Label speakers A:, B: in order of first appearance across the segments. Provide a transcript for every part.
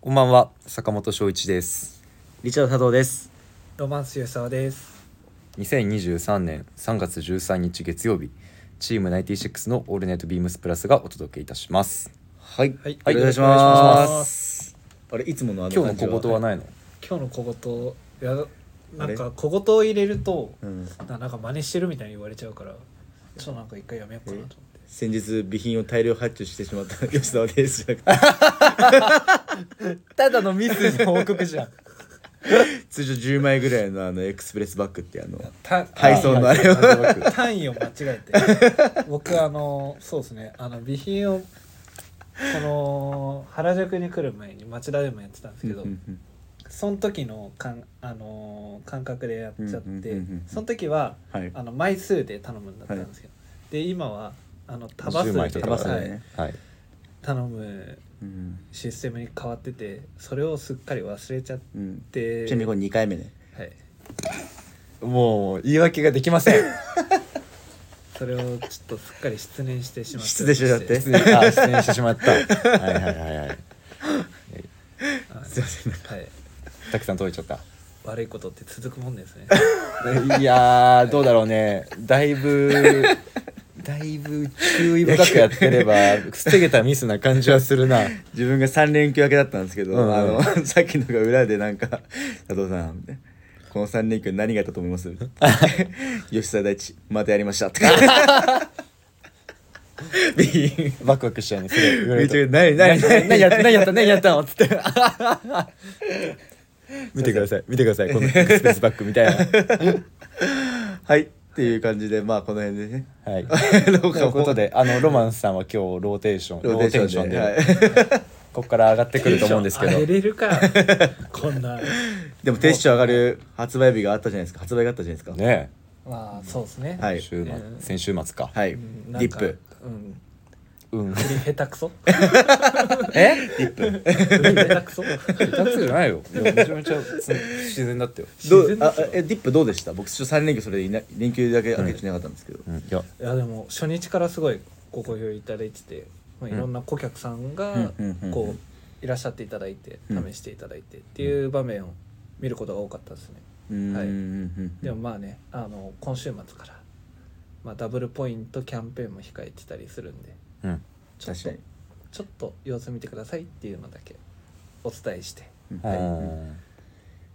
A: こんばんは、坂本翔一です。
B: リチャード佐藤です。
C: ロマンス吉沢です。
A: 2023年3月13日月曜日、チーム96のオールナイトビームスプラスがお届けいたします。
B: はい、
C: はい
B: お願いし
A: お願い
B: ま
A: し
B: す。
A: ます。
B: あれいつものあの
A: 今日の小言は
B: ない。
A: ないの？
C: 今日の小言いやな
B: あれ
C: んか小言を入れると
B: うん、
C: ななんか真似してるみたいに言われちゃうから、ちょっとなんか一回やめようかなと思って。
B: 先日備品を大量発注してしまった吉沢です。
A: ただのミスの
C: 報告じゃん。
B: 通常10枚ぐらいのあのエクスプレスバッグってあの
C: た
B: 配送のあれを
C: 単位を間違 えて。僕あのそうですねあの備品をこの原宿に来る前に町田でもやってたんですけど、その時のかんあのー感覚でやっちゃっ
B: うんうんうんう
C: て
B: ん、
C: その時は。
B: はい。
C: あの枚数で頼むんだったんですよ、で今はあの束数
A: 10
C: で
A: 枚とか
B: 束数でね
A: はい。
C: 頼む
B: うん
C: システムに変わっててそれをすっかり忘れちゃっ
B: うん。
C: て
B: ちなみにこれ2回目ね。
C: はい、
A: もう言い訳ができま せん。
C: それをちょっとすっかり失念してしまって
B: 失念しちゃって
A: 失礼あ失念してしまった。 はいはいはいはい。
C: はい
B: すいません。
C: はい、
A: たくさん届いちゃった。
C: 悪いことって続くもんですね
A: いやーどうだろうねだいぶだいぶ注意深くやってれば防げたミスな感じはするな
B: 自分が3連休明けだったんですけど、
A: うんうん
B: あの さっきのが裏でなんか「佐藤さん」この3連休何があったと思います 吉沢大地またやりました」って ビーン
A: ワクワクしちゃうねそれ言われると
B: めっちゃ何何何
A: 何やった何やった何やったのつって 見てください見てくださいこのエクスプレスバッグみたい
B: はいっていう感じでまあこの辺でね
A: なはい
B: ど
A: ということであのロマンスさんは今日ローテーションロ
B: ロ
A: ー
B: ーテ
A: テ
B: ー
A: ーシ
B: シ
A: ョ
B: ョ
A: ン
B: ン
A: で、
B: で、はい
A: ここから上がってくると思うんですけど
C: 上れるか こんな
B: でもテッション上がる発売日があったじゃないですか発売があったじゃないですか
A: ね
C: まあそうですね
B: は
A: え
B: い
A: 週末
C: うん
A: 先週末か、
B: はい、
C: うん
B: デ
C: なん
B: ィッ
C: か
B: プ
C: うん
A: うん
C: 振り下手 くそ
A: え
C: 振り下手くそ
A: 下手くそじゃないよいやめちゃめちゃつ自然だったよ
B: ど
C: 自
B: う
C: 然
B: あ
C: ですよ
B: えディップどうでした僕ちょっと3連休それでいな連休だけ明けてなかったんですけど、
A: うんいや
C: いやでも初日からすごいご好評いただいてて、まあ、いろんな顧客さんが
B: うんうんうんうん
C: こういらっしゃっていただいて
B: うん
C: 試していただいてっていう場面を見ることが多かったですね
B: うーん
C: はい
B: うん
C: でもまあねあの今週末から、まあ、ダブルポイントキャンペーンも控えてたりするんで
A: うん
C: ちょっ
B: 確
C: と
B: かに
C: ちょっと様子見てくださいっていうのだけお伝えして
B: うん
A: は
B: はいい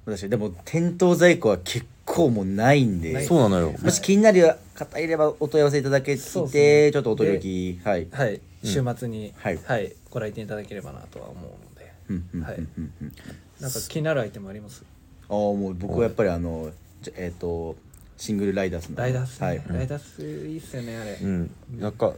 B: 確かにでも店頭在庫は結構もうないんで
C: ない
A: そうなのよ
B: もし気になる方いればお問い合わせいただけて、
C: そうですね
B: ちょっとお届きはい、
C: はい週末に、
B: はい
C: ご来店いただければなとは思うので
B: うんうんうん
C: はい
B: うんうん
C: なんか気になるアイテムあります
B: ああもう僕はやっぱりあのじゃえっ、とシングルライダースの
C: ライダース、ね
B: はい、
C: ライダースいいっすよねあれ、
A: うんなんか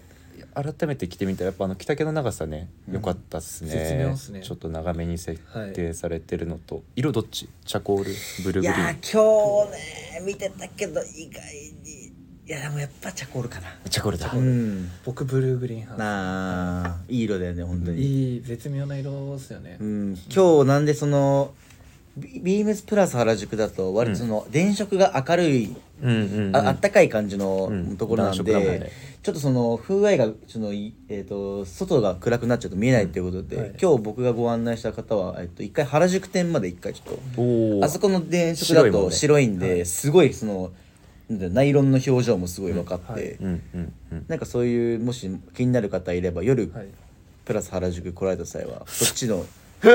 A: 改めて着てみたらやっぱあの着丈の長さね
B: うん
A: 良かったっすね,、
C: 絶妙っすね
A: ちょっと長めに設定されてるのと、色どっちチャコールブルーグ
B: い
A: リ
B: や
A: ーン
B: ー今日ね見てたけど意外にいやでもやっぱチャコールかな
A: チャコールだ
B: うん
C: 僕ブルーグリーン派
B: なあいい色だよね本当に、
C: いい絶妙な色ですよね、
B: うん、今日なんでそのビビームスプラス原宿だと割とその電飾が明るい、
A: うんうん、うん、
B: ああったかい感じの
A: うん
B: ところなんで、
A: 暖色だもんね
B: ちょっとその風合いがその、いえー、と外が暗くなっちゃうと見えないっていうことで、
C: うんはい
B: 今日僕がご案内した方は、えっと一回原宿店まで一回ちょっと
A: おお
B: あそこの電飾だ
A: 白いもん
B: と
A: ね
B: 白いんで、すごいそのなんだろうナイロンの表情もすごい分かって、
C: うんは
A: う
C: い
A: んうんうん
B: なんかそういうもし気になる方いれば夜、
C: はい
B: プラス原宿来られた 際はそっちの
C: 明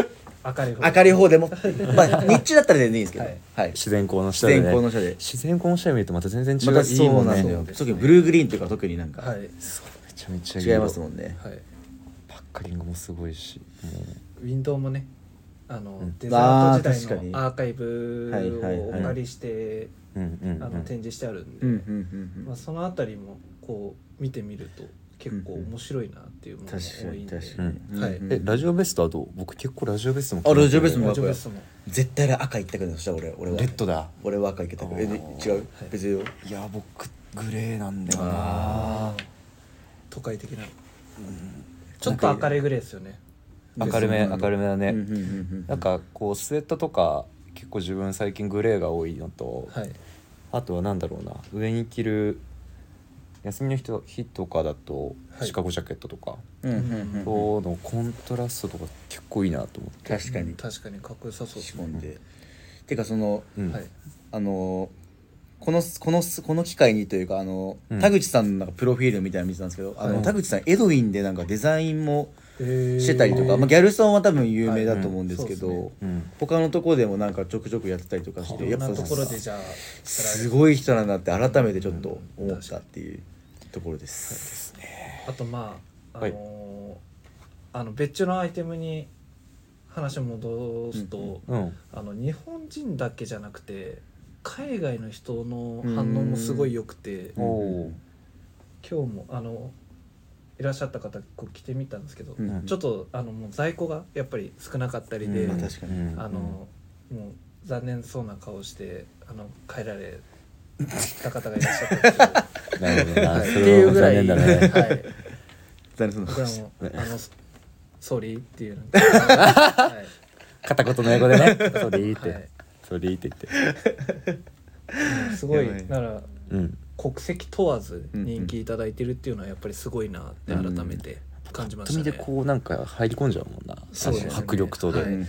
C: るい方
B: 明るい方でもまあ日中だったら全然いいんですけど、は
C: はいい
A: 自然光の下
B: 自
A: で、ね、
B: 然光の下で、
A: 自然光の下で見るとまた全然違
B: ま
A: う、
B: た
A: いい
B: そ
A: も
B: うんなんだ
A: ね
B: よ、
C: いいもんね
B: 特にブルーグリーンとか特になんか、
C: はい、は
A: め
C: い、
A: ちゃめちゃいい
B: 違いますもんね
A: パッカリングもすごいしもう
C: ウィンドウもねあの、
A: うん
C: デザー
B: あ
C: ト時
B: ー確か
C: 代
B: に
C: のアーカイブ
B: はいはい
C: を
B: は
C: お
B: い
C: 借りして、
A: うんうんうん
C: あの展示してあるんで、
B: うんうんうん
C: まあ、そのあたりもこう見てみると結構面白いなっていうものが
B: 確か
C: 多い
B: に
C: んで
B: 確かに、
C: うんはい
A: えラジオベストはどう僕結構ラジオベストも
B: あラジオベストも
C: ラジオベストも
B: 絶対赤一択だよそしたら俺俺は
A: レッドだ
B: 俺は赤いけた
A: あー
B: えで違う
C: はい
B: 別よ
A: いや僕グレーなんだよな
B: あ
C: 都会的な、ちょっと明るいグレーですよね
A: 明るめ
B: ですね
A: 明るめだね、
B: うんうんうん
A: なんかこうスウェットとか結構自分最近グレーが多いのと、
C: はい
A: あとはなんだろうな上に着る休みの日と日とかだと
C: はい
A: シカゴジャケットとか
B: うんうんうん
A: とのコントラストとか結構いいなと思って
B: 確か
C: う
B: に
C: ん確かにかっこよさそう
B: 仕込んでてかその
A: うん
C: はい
B: あのこのこのこの機会にというかあの、
A: うん
B: 田口さんのなんかプロフィールみたいなの見てたんですけど、あ
A: は
B: の
A: い
B: 田口さんエドウィンでなんかデザインもしてたりとか、
A: へー
B: まあ、ギャルソンは多分有名だと思うんですけど、
C: はいうんそう
A: うん
B: 他のところでもなんかちょくちょくやってたりとかして
C: い
B: や
C: ろ
B: っ
C: んな
B: ぱ
C: ところでじゃあ
B: すごい人なんだって改めてちょっと思ったっていうところです。
C: あとまああの
A: はい
C: ーあの別注のアイテムに話を戻すと、
B: うん
A: うん
C: あの日本人だけじゃなくて海外の人の反応もすごい良くて
A: おおー
C: 今日もあのいらっしゃった方こう着てみたんですけど、
B: うん
A: うん
C: ちょっとあのもう在庫がやっぱり少なかったりで、
A: うん
B: まあ確かに
A: うん
C: あの、もう残念そうな顔してあの帰られた方がいらっしゃったんですけど
A: なるほどな
C: はい、
A: そ
C: っ
A: れ
C: てい う
A: は
C: ぐ
A: 残
C: らい、
A: 念だね
C: はい、
B: 残念そう
C: 僕
B: な
C: ら
B: 話
C: も あのソーリーっていうの、はい
A: 片言の英語でね「それいい」っ
C: は
A: て
C: い
A: 「それいい」って言って
C: すご
B: やばい
C: いなら
A: うん
C: 国籍問わず人気いただいてるっていうのはやっぱりすごいなって改めて感じました
A: 瞳
C: ね。
A: でこうなんか入り込んじゃうもんな
C: そうですね
A: 迫力と
C: は
A: で
C: い
B: うんうん
A: あ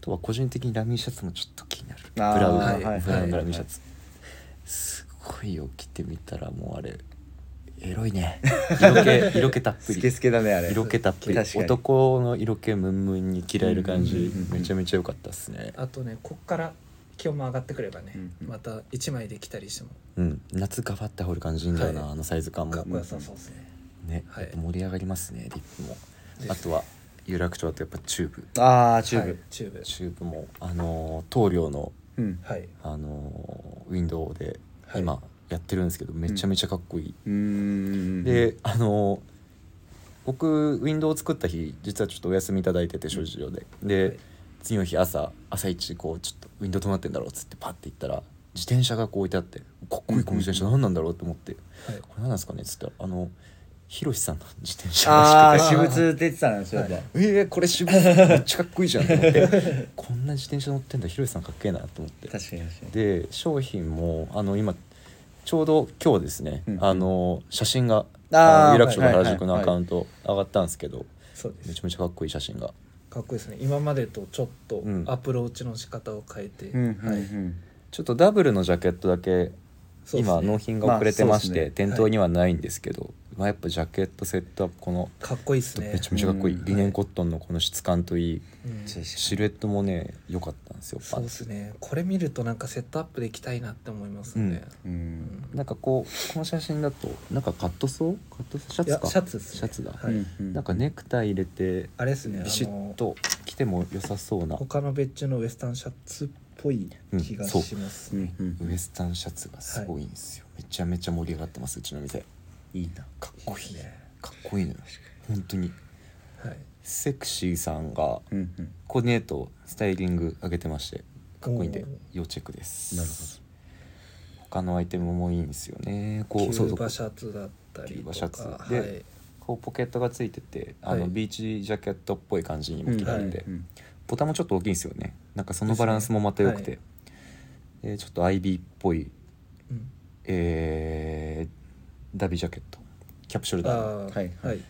A: とは個人的にラミーシャツもちょっと気になるブ
B: あー
A: ラウン
C: はい
A: ブラウン
C: はい
A: のラミーシャツすごいよ着てみたらもうあれエロいね 色気色気たっ
B: うん
A: ぷ
B: スケ
A: り
B: スケだねあれ
A: 色気たっぷり
B: 確かに
A: 男の色気ムンムンに着られる感じ
B: うんうんうんうん
A: めちゃめちゃ良かったっすね
C: あとねこっから気温も上がってくればね、
B: うんうん
C: また一枚で来たりしても
A: うん夏ガバって羽織る感じいいんだよな
C: はい
A: あのサイズ感
C: か
A: も
C: っこよさそうですね。
A: ね
C: はい
A: やっぱ盛り上がりますねリップも
C: です
A: あとは有楽町だとやっぱチューブ
B: ああチュー
C: はい
B: ブ、
C: チューブ。
A: チューブもあの棟梁の
B: うん
C: はい。
A: あのウィンドウで
C: はい
A: 今やってるんですけど、めちゃめちゃかっこいい、
B: うーん
A: であの僕ウィンドウを作った日実はちょっとお休みいただいてて諸事情でで、
C: はい
A: 次の日朝朝一こうちょっとウィンドウどうなってんだろうっつってパッて行ったら自転車がこう置いてあってかっこいいこの自転車何なんだろうって思って、
C: はい
A: これ何なんですかねっつったらあのひろしさんの 自転車
B: あ
A: ら
B: あ
A: しくて
B: 私物出てたんですよやっぱ
A: えー、これ渋いめっちゃかっこいいじゃんと思ってこんな自転車乗ってんだひろしさんかっけえなと思って
B: 確かに確かに
A: で商品もあの今ちょうど今日ですね、
B: うん
A: あの写真が
B: あー
A: あの有楽町と
B: はい
A: 原宿のアカウント上がったんですけど、
C: そうで
A: めち
C: す。
A: ゃめちゃかっこいい写真が
C: かっこいいですね。今までとちょっと
A: うん
C: アプローチの仕方を変えて、
B: うん
C: は
B: う
C: い。
B: ん
A: ちょっとダブルのジャケットだけ、
C: そうですね
A: 今納品が遅れてまして、
B: まあそうですね
A: 店頭にはないんですけど、まあ、やっぱジャケットセットアップこの
C: かっこいいですね
A: め。ちゃめちゃかっこいい、
B: うん
A: リネンコットンのこの質感といい
C: うん
B: 確かに
A: シルエットもね良かったんですよ
C: そうですね。これ見るとなんかセットアップできたいなって思いますね。
B: う
C: うん
B: ん
A: なんかこうこの写真だとなんかカットソーカットソーシャ
C: い
A: ツ
C: や
A: か
C: シャツですね
A: シャツだ、
C: は
B: う
C: い
B: んうん
A: なんかネクタイ入れて
C: あれですね。
A: ビシ
C: あ
A: ッ
C: の
A: と着ても良さそうな
C: 他の別注のウエスタンシャツっぽい気がします
B: う
C: ね。
B: んうん
A: ウエスタンシャツがすごいんですよ、めちゃめちゃ盛り上がってますうちの店
B: いいな
A: かっこいい
C: いいですね
A: かっこいいのよ本当に
C: はい。
A: セクシーさんが
B: うんうん
A: コーディネートスタイリング上げてましてかっこいいんで
C: おー
A: 要チェックです
B: なる
A: ほど他のアイテムもいいんですよねこ
C: キュ
A: うそうそ
C: ー
A: う
C: バシャツだったり
A: キュー
C: と
A: バ
C: か
A: シャツ
C: は
A: で
C: い、
A: こうポケットがついててあの、
C: はい
A: ビーチジャケットっぽい感じにも着られて、
B: うん
A: ボタンもちょっと大きいんですよねなんかそのバランスもまた良くて、
C: で
A: でちょっと IB っぽい
C: うん、
A: えーダビジャケットキャプショル
C: あ
A: ダーの
C: ー
B: はいはい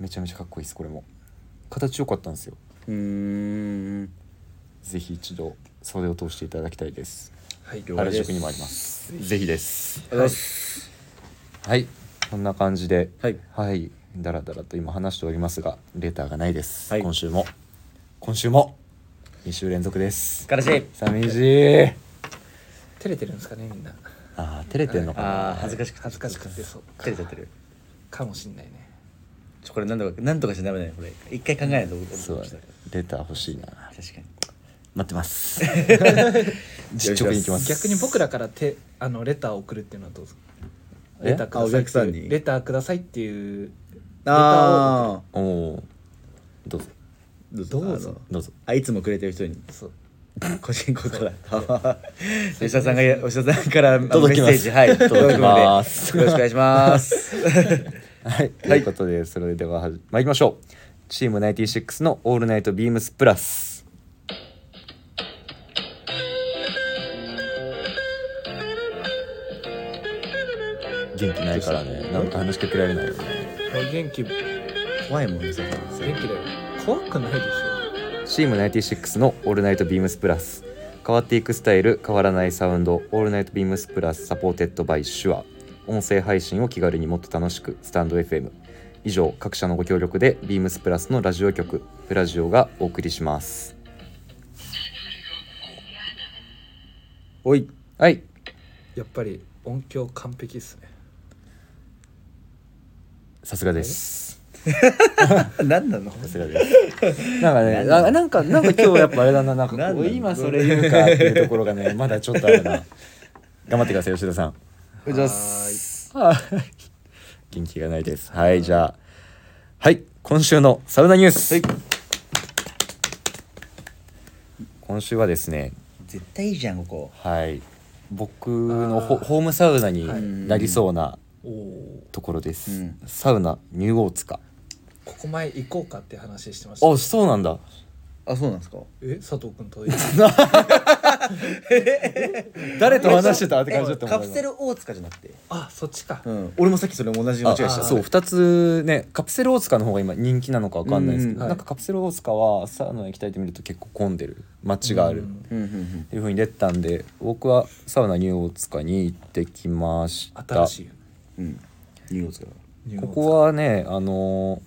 A: めちゃめちゃかっこいいですこれも形良かったんですよ
B: うーん
A: ぜひ一度袖を通していただきたいです
C: はい
B: 了解
A: 原
B: です
A: 宿にもありますぜひです
B: ありがとうございます
A: はいこんな感じでは
B: はい
A: はいだらだらと今話しておりますがレターがないです、
B: はい
A: 今週も今週も2週連続です
B: 悲しい
A: 寂しい
C: 照れてるんですかねみんな
A: あー照れてんのか
B: あ
A: な
B: あ恥ずかしくて
C: 恥ずかしくてそう
B: 照れちゃってる
C: かもしんないね
B: ちょこれなんとかなんとかしちゃダメだよこれ一回考えないと
A: そう
B: 確か
A: レター欲しいな
B: に
A: 待ってます 実直にいきます
C: 逆に僕らからてあのレターを送るっていうのはどうですか
A: え
C: レターくださいって
B: あお
C: いう
B: 客さんに
C: レターくださいっていう
B: ああ
A: おおどうぞ
B: どう
C: ぞ
A: どうぞ
B: あいつもくれてる人に
C: そう
B: 個人個から吉田さんが吉田さんからあのメ
A: 届
B: ッ
A: き
B: セ
A: ます
B: ージはい
A: 届きます
B: 届くのでよろしくお願いします
A: はいということでそれでははじ参りましょうチーム96の「オールナイトビームスプラス」元気ないからねなんか話しかけられないよね
D: 元気元
B: 怖いもんねささ
D: 気だよ怖くないでし
A: チーム96の「オールナイトビームスプラス」変わっていくスタイル変わらないサウンド「オールナイトビームスプラス」サポーテッドバイシュア音声配信を気軽にもっと楽しくスタンド FM 以上各社のご協力でビームスプラスのラジオ局プラジオがお送りします
B: おい
A: はい
D: ょやっぱり音響完璧っすね
A: さすがです
B: 何なの
A: さすがです なんかねななんかなんか今日やっぱあれだななんか
B: なん
A: こ
B: な
A: うん今それ言うかっていうところがねまだちょっとあるな頑張ってください吉田さん
B: おじゃす
A: はい 元気がないですはいじゃあはい今週のサウナニュース、今週はですね
B: 絶対いいじゃんここ
A: はい僕のホ
D: あー
A: ホームサウナになりそうな
D: おお
A: ところです、
B: うん
A: サウナニューオーツか
D: ここ前行こうかって話してました
A: あそうなんだ
B: あそうなんですか
D: え佐藤君と行く
A: 誰と話してたって感じだったもん
B: カプセル大塚じゃなくて
D: あそっちか
B: うん俺もさっきそれも同じ間違
A: あ
B: いした
A: そう2つねカプセル大塚の方が今人気なのか分かんないですけど、
B: うん
D: はい
A: なんかカプセル大塚はサウナ行きたいって見ると結構混んでる街がある、
D: うん
B: うんうんうん
A: っていう風に出てたんで僕はサウナニューオーツカに行ってきました
D: 新しいよね
B: うんニューオーツから
D: ニュー
A: こ
D: オーツ
A: こはねあのー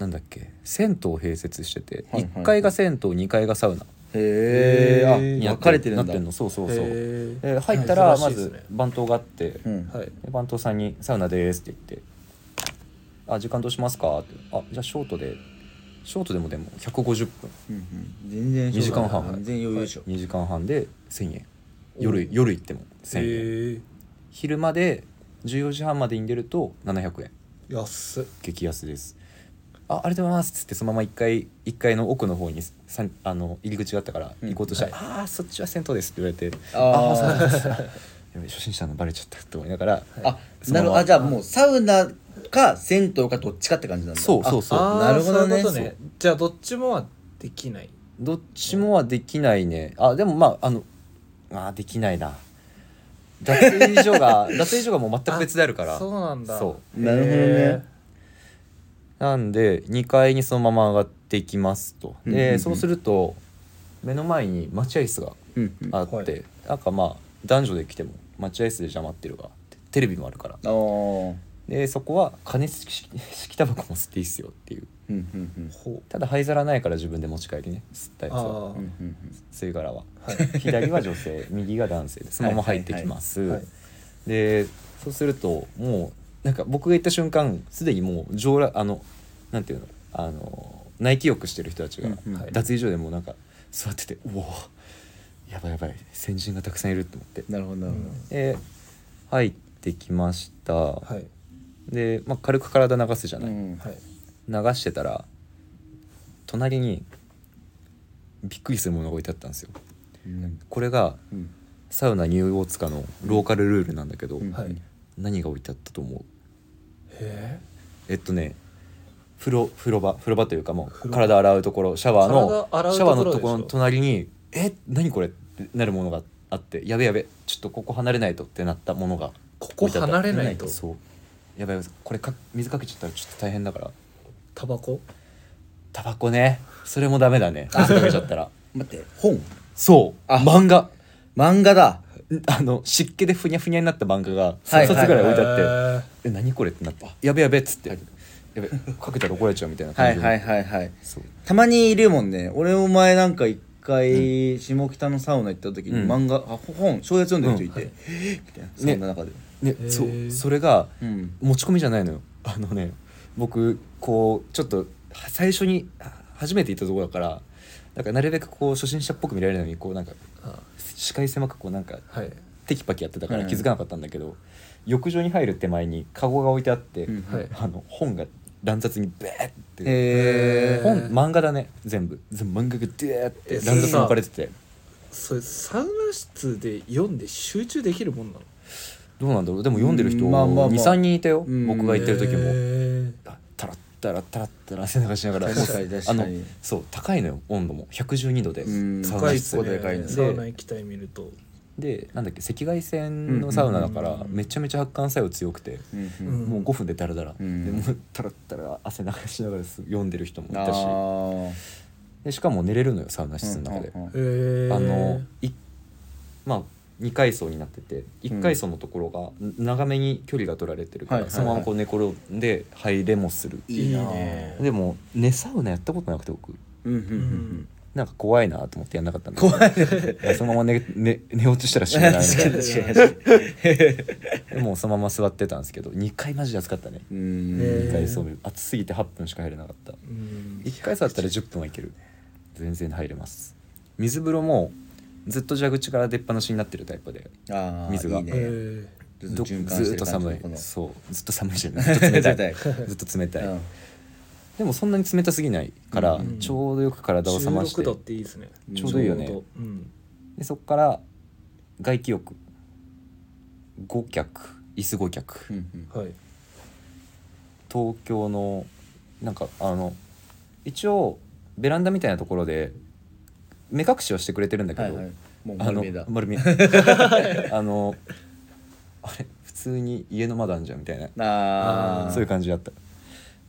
A: なんだっけ銭湯を併設してて、
B: はいはい
A: 1階が銭湯2階がサウナ
B: へ
D: へー
B: え
A: にな
B: 分
A: って
B: かれてるん
A: な
B: だ
A: ってんのそうそうそう
D: へー
A: で入ったらま
D: 珍しいです
A: ず
D: ね
A: 番頭があって、
B: うん
D: はい
A: で番頭さんに「サウナです」って言って「あ時間どうしますか?」って「あじゃあショートでショートでもでも150分
B: うんうん全然
A: 二時間半
B: 全然余裕でしょ
A: 2時間半で1,000円
D: お
A: 夜夜行っても1,000円、
D: え
A: 昼まで14時半までに出ると700円
D: ー、安っ
A: 激安ですあありがとうございますっつってそのまま1階1階の奥の方にさんあの入り口があったから
B: うん
A: 行こうとしたら「
B: は
A: ああそっちは銭湯です」って言われて「
B: あー
A: ああそうなんです やべ初心者のバレちゃった」と思いながら、
B: あ
A: そのま
B: なる
A: ま
B: ほどあじゃあもうサウナか銭湯かどっちかって感じなんだ
A: そうそうそう
D: あ
B: あ
D: ー
B: なるほど
D: そうい
B: ね
D: うことねじゃあどっちもはできない
A: どっちもはできないねあでもまああのあーできないな脱衣所 が脱衣所がもう全く別であるから
D: あそうなんだ
A: そう
B: なるほどね
D: へ
A: なんで2階にそのまま上がっていきますと
B: うんうんう
A: で
B: ん
A: そうすると目の前に待合室が
B: うんうんあ
A: あって、
D: はい
A: なんかまあ男女で来ても待合室でじゃあ待ってるわってテレビもあるから
B: ー
A: でそこは加熱式式タバコも吸っていいっすよっていう
B: うんうんうん
D: ーほ
A: ただ灰皿ないから自分で持ち帰りね吸ったやつ
D: ああ
A: は
B: うんうん
A: 吸い殻は
D: はい
A: 左は 女性右が男性でそのまま入ってきます、
D: はいはいはい
A: でそうするともうなんか僕が行った瞬間すでにもう上らあのなんていうのあの内気浴してる人たちが
B: うんうん
A: 脱衣所でもうなんか座ってて「うおーやばいやばい先人がたくさんいる」と思って
B: なるほどなるほど
A: で入ってきました、
D: はい
A: で、まあ、軽く体流すじゃない、
B: うん
D: はい
A: 流してたら隣にびっくりするものが置いてあったんですよ
B: うん
A: これが
B: うん
A: サウナニューオーツカのローカルルールなんだけど、
B: うん
D: はい
A: 何が置いてあったと思う
D: へ
A: えっとね風呂風呂場風呂場というかもう
D: 風呂場
A: 体洗うところシャワーの
D: 体洗う
A: シャ
D: とこ
A: ワ
D: ろ
A: ーの
D: でしょ
A: ところの隣に「え何これ?」ってなるものがあって「やべやべちょっとここ離れないと」ってなったものが
D: ここ
A: 置いてあった
D: 離れないと
A: そうやばいやばいこれか水かけちゃったらちょっと大変だから
D: タバコ
A: タバコねそれもダメだね水かけちゃったら
B: 待って本
A: そう
B: あ
A: 漫画
B: 漫画だ
A: あの湿気でふにゃふにゃになった漫画が
B: は
A: 3
B: いはい
A: 冊ぐらい置いてあって、
D: へー
A: え何これってなってやべやべっつって、やべかけたら怒られちゃうみたいな
B: は
A: 感
B: い
A: じ
B: はいはいはい
A: そう
B: たまにいるもんね俺お前なんか一回下北のサウナ行った時に
A: うん
B: 漫画、あ本小説読んでる人いて、
D: うん
B: えっみたいなそんな中で、
A: ね
D: へー
A: そうそれが
B: うん
A: 持ち込みじゃないのよあのね僕こうちょっとは最初には初めて行ったところだからなんかなるべくこう初心者っぽく見られないようにこうなんか
D: あ
A: 視界狭くこうなんか
D: はい
A: テキパキやってたから
B: うん
A: 気づかなかったんだけど、浴場に入る手前にカゴが置いてあって、
B: うん
D: はい
A: あの本が乱雑にベーって
B: へえ
A: 本漫画だね全部全部漫画がデーって
D: え
A: 乱雑に置かれてて
D: それサウナ室で読んで集中できるもんなの
A: どうなんだろうでも読んでる人
B: うんまあまあまあ
A: 23人いたよ
B: うん
A: 僕が行ってる時
D: へ
A: も
D: ー
A: タラッタラッタラッタラ背中しながら
B: 確かに確かに
A: あのそう高いのよ温度も112度で
B: うん
A: サウ
D: 高
A: ナ
D: いっ
A: 室
D: すね
B: でかいね
D: サウナ行きたい見ると
A: でなんだっけ赤外線のサウナだからめちゃめちゃ発汗作用強くて、
B: うんう
D: うん
B: ん
A: もう5分でダラダラ、
B: うん
A: でもうタラッタラ汗流しながらす読んでる人もい
B: あ
A: たし
B: ー
A: でしかも寝れるのよサウナ室の中で。
B: うんうんうん
D: えー、
A: あのいまあ2階層になってて1階層のところが長めに距離が取られてるから、
B: はいはいはい
A: そのままこう寝転んで入れもする
D: いい
B: いい
D: ね
B: ね
A: でも寝サウナやったことなくて僕
B: うんうんうん
A: なんか怖いなと思ってやんなかったんだけど
B: 怖いね確か
A: いやそのまま寝寝寝落ちしたら死
B: に
A: ねない
B: 確かに確かに
A: でもうそのまま座ってたんですけど2階マジで暑かったね
B: うん
D: へ
A: 2
D: ー
A: 階そう暑すぎて8分しか入れなかった
D: うん
A: 1回座ったら10分はいける全然入れます水風呂もずっと蛇口から出っ放しになってるタイプで
B: あー
A: 水が
B: いいね
D: え
B: ず
A: どず
B: 循環
A: ーっ
B: してる
A: と
B: 感じ
A: 寒
B: のこの
A: いそうずっと寒いじゃないずっと冷た いずっと冷たい、
B: うん
A: でもそんなに冷たすぎないから、
D: うん
A: ちょうどよく体を冷まして
C: 16度っていいですね
A: ちょうどいいよね
C: ちょうどうん
A: でそこから外気浴5脚椅子5脚、
B: うんうん
C: はい
A: 東京のなんかあの一応ベランダみたいなところで目隠しをしてくれてるんだけ
B: はい
A: ど、
B: はいもう
A: あ
B: 丸
A: の
B: 見えだ
A: 丸見え あのあれ普通に家の窓あんじゃんみたいな
B: あー
A: そういう感じだった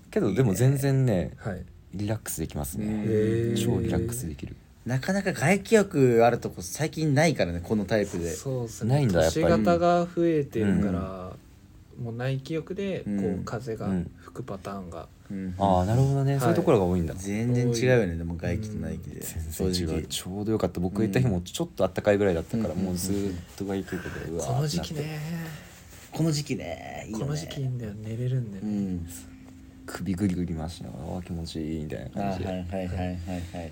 A: けどでも全然ね
C: はい
A: リラックスできます
B: うん
A: ね、
C: へー
A: 超リラックスできる
B: なかなか外気浴あるとこ最近ないからねこのタイプで
C: そうです
A: ないん
C: ね
A: だやっぱ
C: 都
A: り
C: 市型が増えてるから、もう内気浴でこ
B: う
C: うん風が
A: うん
C: 吹くパターンが、
B: うん
A: ああなるほどね、
C: はい
A: そういうところが多いんだ
B: 全然違うよねでも外気と内気で
A: 全
B: 正
A: 然違
B: 直
A: うちょうどよかった僕が行った日もちょっとあったかいぐらいだったから、
B: うん
A: もうずーっと外気浴でうわー
C: この時期
A: ってなって
C: ね
B: この時期ねいいよね
C: この時期いいんだよ寝れるんだよ
B: う
C: ね、
B: ん
A: 首ぐりぐり回しながらあー気持ちいいみたいな
B: あは
A: 感じ
B: い
A: で、
B: はいはいはいはい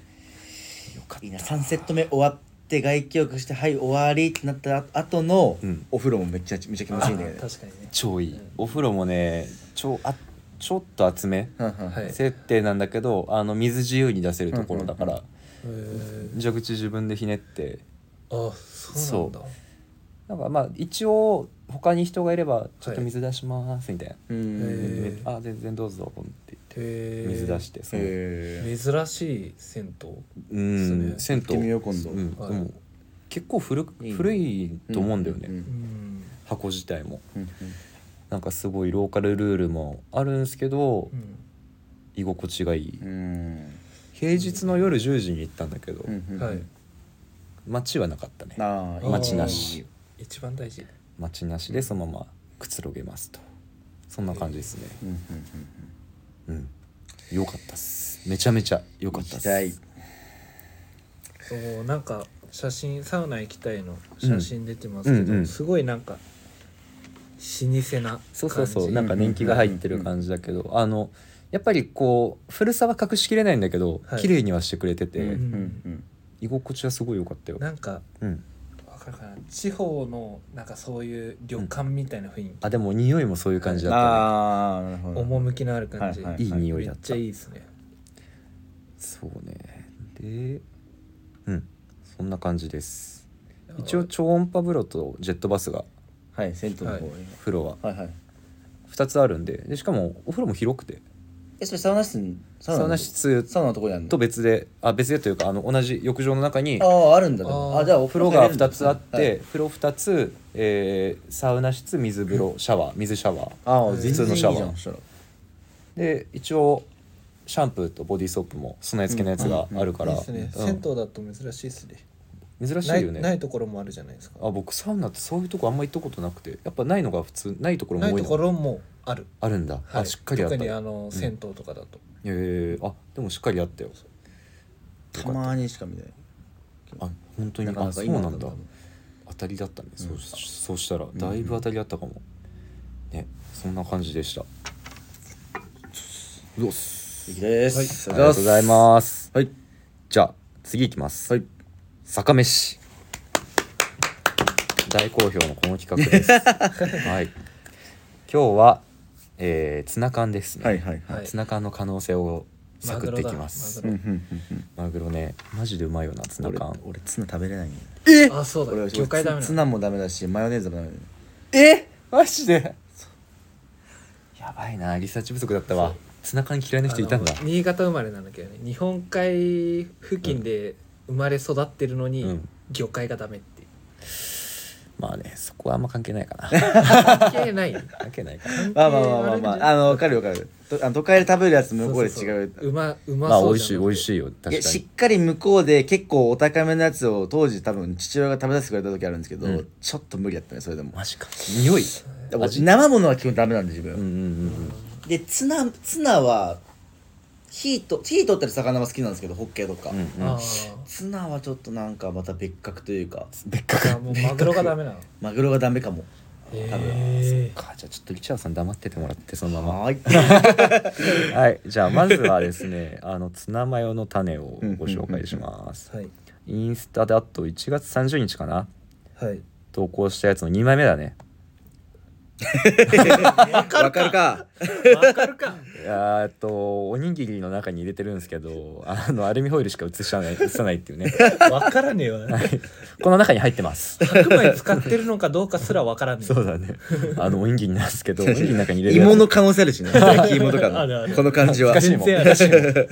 A: よかった
B: いいな3セット目終わって外気浴してはい終わりってなった後の
A: うん
B: お風呂もめっちゃめちゃ気持ちいいんだよね
C: あ確かにね
A: 超いいお風呂もねちょあちょっと厚め
B: はんはん
C: はい
A: 設定なんだけどあの水自由に出せるところだから、
C: えー、
A: 蛇口自分でひねって
C: あそうなんだ
A: なんかまあ一応他に人がいれば「ちょっと
C: はい
A: 水出します」みたいな
B: うん
A: で
C: へ
A: 「
C: ー
A: あ全然どうぞ」って
C: へ
A: 言って
C: ー
A: 水出してその
B: へえ
C: 珍しい銭湯
A: うん
C: そう
A: 銭
B: 行ってみ
A: 湯
B: よう今度
A: うんで
C: はい
A: も結構古く
B: いいね
A: 古いと思うんだよ
B: う
A: ね
B: ん
C: うん
A: 箱自体も
B: うん
A: なんかすごいローカルルールもあるんですけど
C: うん
A: 居心地がいい
B: うん
A: 平日の夜10時に行ったんだけど
B: うんうんうん
C: はい
A: 街はなかったね
B: ああ
A: 街なし
C: 一番大事
A: 街なしでそのままくつろげますとそんな感じですね
B: うんうん
A: うん良かったっすめちゃめちゃ良かったっ
B: 行き
A: す
C: おなんか写真サウナ行きたいの写真出てますけど、
A: うんうん
C: すごいなんか老舗な感じ
A: そうそうそうなんか年季が入ってる感じだけどあのやっぱりこう古さは隠しきれないんだけど
C: はい
A: 綺麗にはしてくれて
B: うんうん
A: て
B: うん
A: 居心地はすごい良かったよ
C: なんか
A: うん
C: わかるかな地方のなんかそういう旅館みたいな雰囲気、
A: あでも匂いもそういう感じだったね
B: ああなるほど
C: 趣のある感じ、
B: はいはい
A: いい匂い
C: め
A: だ
C: っ
A: っ
C: ち
A: た
C: ゃいいですね
A: そうねでうんそんな感じです一応超音波風呂とジェットバスが
B: はい銭湯の方
A: 風呂は
B: はいはい
A: 2つあるんででしかもお風呂も広くて
B: えそれサウナ室に
A: サウナ室
B: サウナのとこにあるの
A: と別であ別でというかあの同じ浴場の中に
B: あああるんだで
C: あ
B: も
C: ー
B: あじゃあお
A: 風
B: 風
A: 呂
B: 呂
A: が
B: 入れるんだ
A: 2つあって、
B: はい
A: 風呂2つ、えーサウナ室水風呂シャワー水シャワー
B: ああ
A: 普
B: 全
A: 通
B: 然い
A: の
B: い
A: シ
B: じ
A: ャ
B: ゃ
A: ワ
B: ん
A: ー
B: そしたら
A: で一応シャンプーとボディーソープも備え付けのやつがあるから、
C: ですね、
A: うん
C: 銭湯だと珍しいですね
A: 珍し
C: ないい
A: よ
C: ない
A: ね
C: ところもあるじゃないですか
A: あ僕サウナってそういうとこあんま行ったことなくてやっぱないのが普通ないところも
C: ない
A: 多い
C: とこ
A: の
C: ろもある、
A: あるんだ、
C: はい、
A: あしっかりあった
C: 特にあ
A: へ
C: の銭湯とかだと、
A: えあでもしっかりあったよ
B: たまにしか見ない
A: あ本当に
B: なかな
A: あ
B: か
A: そう
B: いいの
A: なんだ
B: 多分
A: 当たりだったね、そううんそうしたらだいぶ当たりだったかも、ねそんな感じでしたうおっす
B: いいです
A: ありがとうございます
B: はい
A: じゃあ次いきます、
B: はい
A: 坂飯大好評のこの企画ですはい今日は、えー、ツナ缶ですね、
B: はいはいはい
C: はい
A: ツナ缶の可能性を探っていきます
C: マグロだマグロ
A: マグロねマジでうまいよなツナ
B: 俺
A: 缶
B: 俺ツナ食べれないんだよ
A: え
C: あそう
B: 俺
C: だ
B: は
C: 魚介ダメな
B: ツ
C: の
B: ナもダメだしマヨネーズもダメだよ
A: えマジでやばいなリサーチ不足だったわツナ缶嫌いな人いたんだ
C: あの新潟生まれなんだけどね日本海付近で生まれ育ってるのに、
A: うん
C: 魚介がダメって
A: まあねそこはあんま関係ないかな
C: 関係ないよ
A: 関係ないか
B: まあまあまあまあまあ、あの、わかるわかる。とあの都会で食べるやつ
C: そ
B: 向こう
C: う
B: で
C: そう
B: 違う。
C: そううまうま
A: まあ
C: そ
A: 美
C: う
A: 味しい美味しいよ確
B: いや
A: か
B: し
A: に
B: っかり向こうで結構お高めのやつを当時多分父親が食べさせてくれた時あるんですけど、
A: うん
B: ちょっと無理だったねそれでも
A: マジか匂い
B: でも生ものは基本ダメなんで自分、
A: うんうんうん
B: でツナツナは火と火取ってる魚は好きなんですけどホッケーとか、
A: うんうんうん
C: あ
B: ツナはちょっとなんかまた別格というか
A: 別
C: あじ
A: 格
C: ゃあもうマグロがダ メなの
B: マグロがダメかも多分
C: へ
A: かじゃあちょっとリチャーさん黙っててもらってそのまま
B: はーい
A: はいじゃあまずはですね あのツナマヨの種をご紹介します
C: えはい
A: インスタだと1月30日かな
C: はい
A: 投稿したやつの2枚目だね
B: わかるか
C: わかるか
A: いやーえっとおにぎりの中に入れてるんですけどあのアルミホイルしか映 さない映さないっていうね
C: わからねえわ
A: この中に入ってます
C: 白米使ってるのかどうかすらわからねえ
A: そうだねあのおにぎりなんですけどおにぎりの中に入れるやつ
B: 芋の可能性あ るしね焼き芋とかの
C: あるある
B: この感じは
A: 懐かしい
C: 全
A: もん
C: 然ある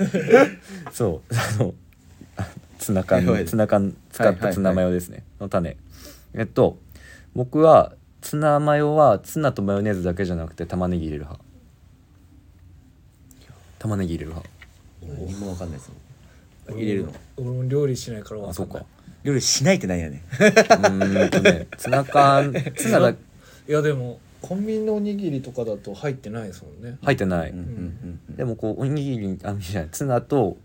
C: し
A: そうあのあツナ缶
B: は
A: の
B: い
A: ツナ缶使ったツナマヨですね、の種えっと僕はツナマヨはツナとマヨネーズだけじゃなくて玉ねぎ入れる派玉ねぎ入れる派
B: 何もわかんないです入れるの
C: 俺も料理しないからわ
A: あ
C: か
A: そうん
C: な
A: か
C: いう
B: 料理しないってないよね
A: うーんとねツナ缶ツナだ
C: いやでもコンビニのおにぎりとかだと入ってないですもんね
A: 入ってない、
B: うんうんうん
A: でもこうおにぎりあじゃないツナと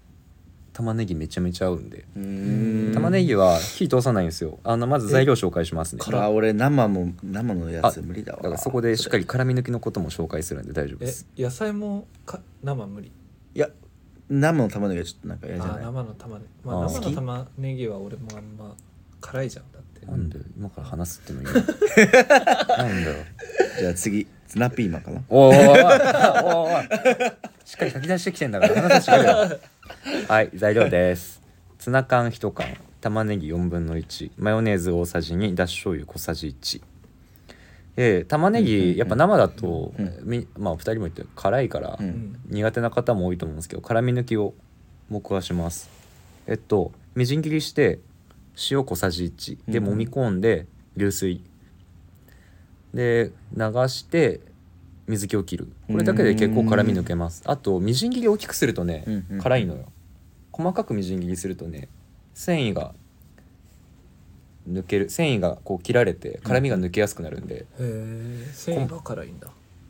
A: 玉ねぎめちゃめちゃ合うんで
B: うん
A: 玉ねぎは火通さないんですよあのまず材料紹介しますね
B: あ俺生も生のやつ無理だ
A: だ
B: わ
A: からそこでしっかり辛み抜きのことも紹介するんで大丈夫で
C: え
A: す
C: 野菜もか生無理
B: いや生の玉ねぎはちょっとなんか
C: あ
B: 嫌じゃ
C: ー
B: ない
C: 生の玉ねまあ
A: あー
C: 生の玉ねぎは俺もあんま辛いじゃんだって
A: なんで今から話すってのに なんだよ
B: じゃあ次ツナピーマンかな
A: おいおいおいおいおい しっかり書き出してきてんだから話しろよはい材料ですツナ缶1缶玉ねぎ4分の1マヨネーズ大さじ2だし醤油小さじ1えー玉ねぎやっぱ生だと、
B: うん
A: みまあ2人も言って辛いから、
B: う
C: うんん
A: 苦手な方も多いと思うんですけど辛み抜きを僕はしますえっとみじん切りして塩小さじ1で
B: うん
A: 揉み込んで流水、で流して水気を切るこれだけで結構辛み抜けますあとみじん切り大きくするとね、
B: うんうん
A: 辛いのよ細かくみじん切りするとね繊維が抜ける繊維がこう切られて辛みが抜けやすくなるんで、
C: へえ繊維が辛いんだ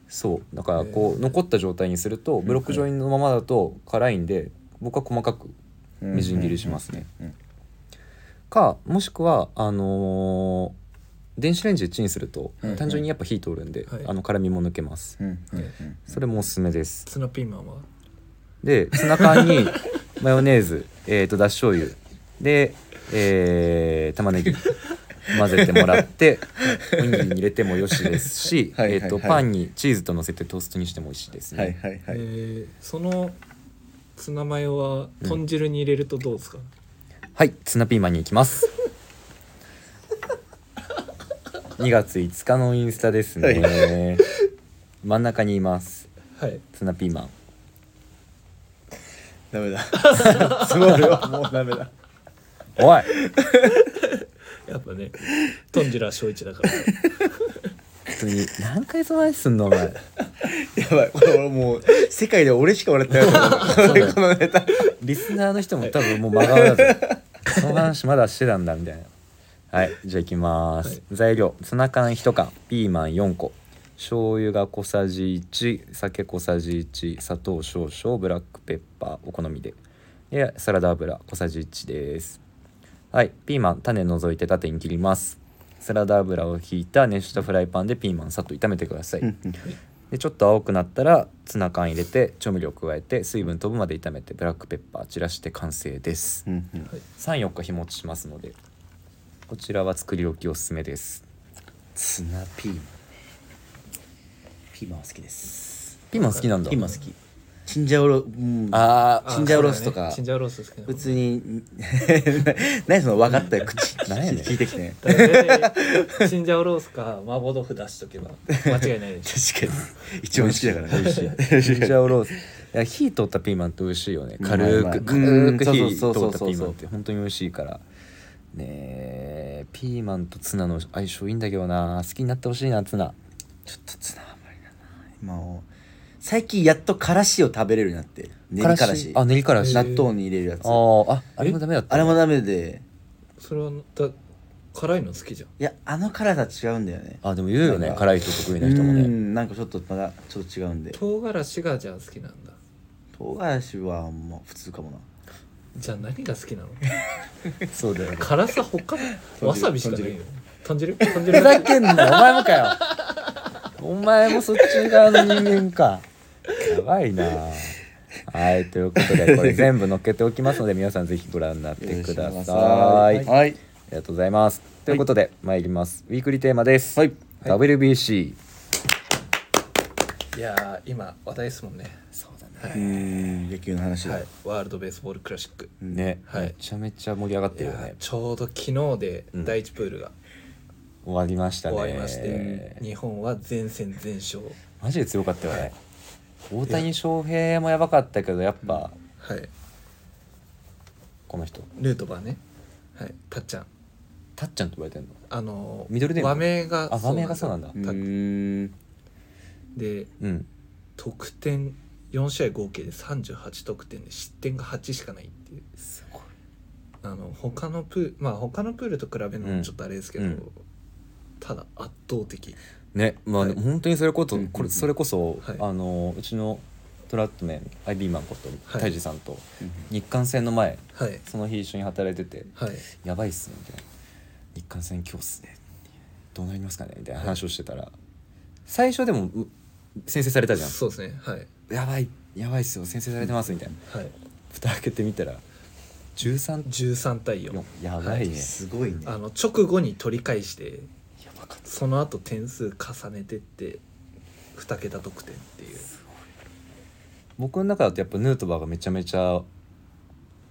A: そうだからこ
C: へ
A: う残った状態にするとブロック状のままだと辛いんで僕は細かくみじん切りしますね
B: うん
A: かもしくはあのー電子レンジでチンすると
B: うん
A: 単純にやっぱ火通るんで、
C: はい
A: あの辛みも抜けます、
B: うんうんうん
A: それもおすすめです
C: ツナピーマンは
A: でツナ缶 にマヨネーズえー、とだし醤油でえー、玉 ねぎ混ぜてもらっておにぎりに入れてもよしですし
B: はいはい
A: え
B: はい
A: ーとパンにチーズと乗せてトーストにしても美味しいですね、
B: はいはいはい、
C: えーそのツナマヨは豚汁に入れるとどうですか、
A: はい、ツナピーマンに行きます。2月5日のインスタですね。真ん中にいます。
C: はい
A: ツナピーマン。
B: ダメだそれはもうダメだ
A: おい、
C: やっぱね豚汁は小一だから
A: 普通に何回その話すんのお前。
B: やばいこれ俺もう世界で俺しか笑ってないこのネタ
A: リスナーの人も多分もう真顔だぞ。その話まだしてたんだみたいな。はい、じゃあ行きます。
C: はい
A: 材料、ツナ缶1缶、ピーマン4個。醤油が小さじ1酒小さじ1砂糖少々ブラックペッパーお好みででサラダ油小さじ1ですはいピーマン種除いて縦に切りますサラダ油をひいた熱したフライパンでピーマンさっと炒めてくださいでちょっと青くなったらツナ缶入れて調味料加えて水分飛ぶまで炒めてブラックペッパー散らして完成です34日日持ちしますのでこちらは作り置きおすすめです
B: ツナピーマンピーマンは好きです
A: ピーマン好きなんだ
B: ピーマン好きチンジャオロうん
A: あ
C: あ
A: あ
B: チンジャオロースとか
C: そうだねチンジャオロースですけど
B: 普通に何その分かったよ口
A: 何やねん
B: 聞いてきてね
C: だから大体チンジャオロースか麻婆豆腐出しとけば間違いないでし
B: 確かに一番好きだから美味しい
A: チンジャオロースいや火通ったピーマンって美味しいよね
B: うまい
A: 軽
B: うまい
A: く軽く
B: うん
A: 火通
B: そう
A: っ
B: そう
A: た
B: そうそうそう
A: ピーマンって本当に美味しいからねえピーマンとツナの相性いいんだけどな好きになってほしいなツナ
B: ちょっとツナあんまりだな今もう最近やっとからしを食べれるようになって練りからし
A: あ練りからし
B: 納
A: あ
B: 豆に入れるやつあ
A: ーああれもダメだった
B: れもダメで
C: それはだ辛いの好きじゃん
B: いやあの辛さ違うんだよね
A: あでも言うよね
B: なんか
A: 辛い人得意な人も
B: う
A: ね
B: んなんかちょっとまだちょっと違うんで
C: 唐辛子がじゃあ好きなんだ
B: 唐辛子はまあ普通かもな
C: じゃあ何が好きなの
A: そうだよね
C: 辛さ他
B: 汁
C: わさびしかないよ豚汁豚
A: ふ
C: 汁
A: ざけんなお前もかよお前もそっち側の人間かやばいなはいということでこれ全部載っけておきますので皆さんぜひご覧になってください
B: よろしくお願いしますはい
A: ありがとうございますということで、参りますウィークリーテーマです、
B: はい
A: WBC
C: いやー今話題ですもんねそうだ
B: うーん野球の話だ、
C: はい、ワールドベースボールクラシック
A: ね、
C: はい
A: めちゃめちゃ盛り上がって
C: い
A: る
C: や
A: よね
C: ーちょうど昨日で
A: うん
C: 第一プールが
A: 終わりましたね
C: 終わりまして、日本は全戦全勝
A: マジで強かったよね大谷翔平もやばかったけどやっぱ
C: はい
A: この人
C: ヌートバーねはいたっちゃん
A: たっちゃんって呼ばれてんの
C: あのー
A: ミドルネーム
C: 和名が
A: あ和名がそうなんだ
B: う
C: た
B: ーん
C: で
A: うん
C: 得点4試合合計で38得点で失点が8しかないっていう
A: すごい
C: あの他のプールまあ他のプールと比べるのもちょっとあれですけど、
A: うん
C: ただ圧倒的
A: ねまあ、
C: はい
A: 本当にそれこそ、
B: うんうんうん
A: これそれこそ、
C: はい
A: あのうちのトラットメンアイビーマンこと
C: はい
A: タイジさんと
B: うん
A: 日韓戦の前
C: はい
A: その日一緒に働いてて
C: はい
A: 「やばいっすね」みたいな「日韓戦今日っすね」どうなりますかねみたいな話をしてたら最初でもう先制されたじゃん
C: そうですねはい
A: 「やばいやばいっすよ先制されてます」みたいな
C: はい
A: 蓋開けてみたら13
C: 13対4
A: よやばいね、
B: すごいね
C: あの直後に取り返して
A: やばかった
C: その後点数重ねてって2桁得点っていう
A: 僕の中だとやっぱヌートバーがめちゃめちゃ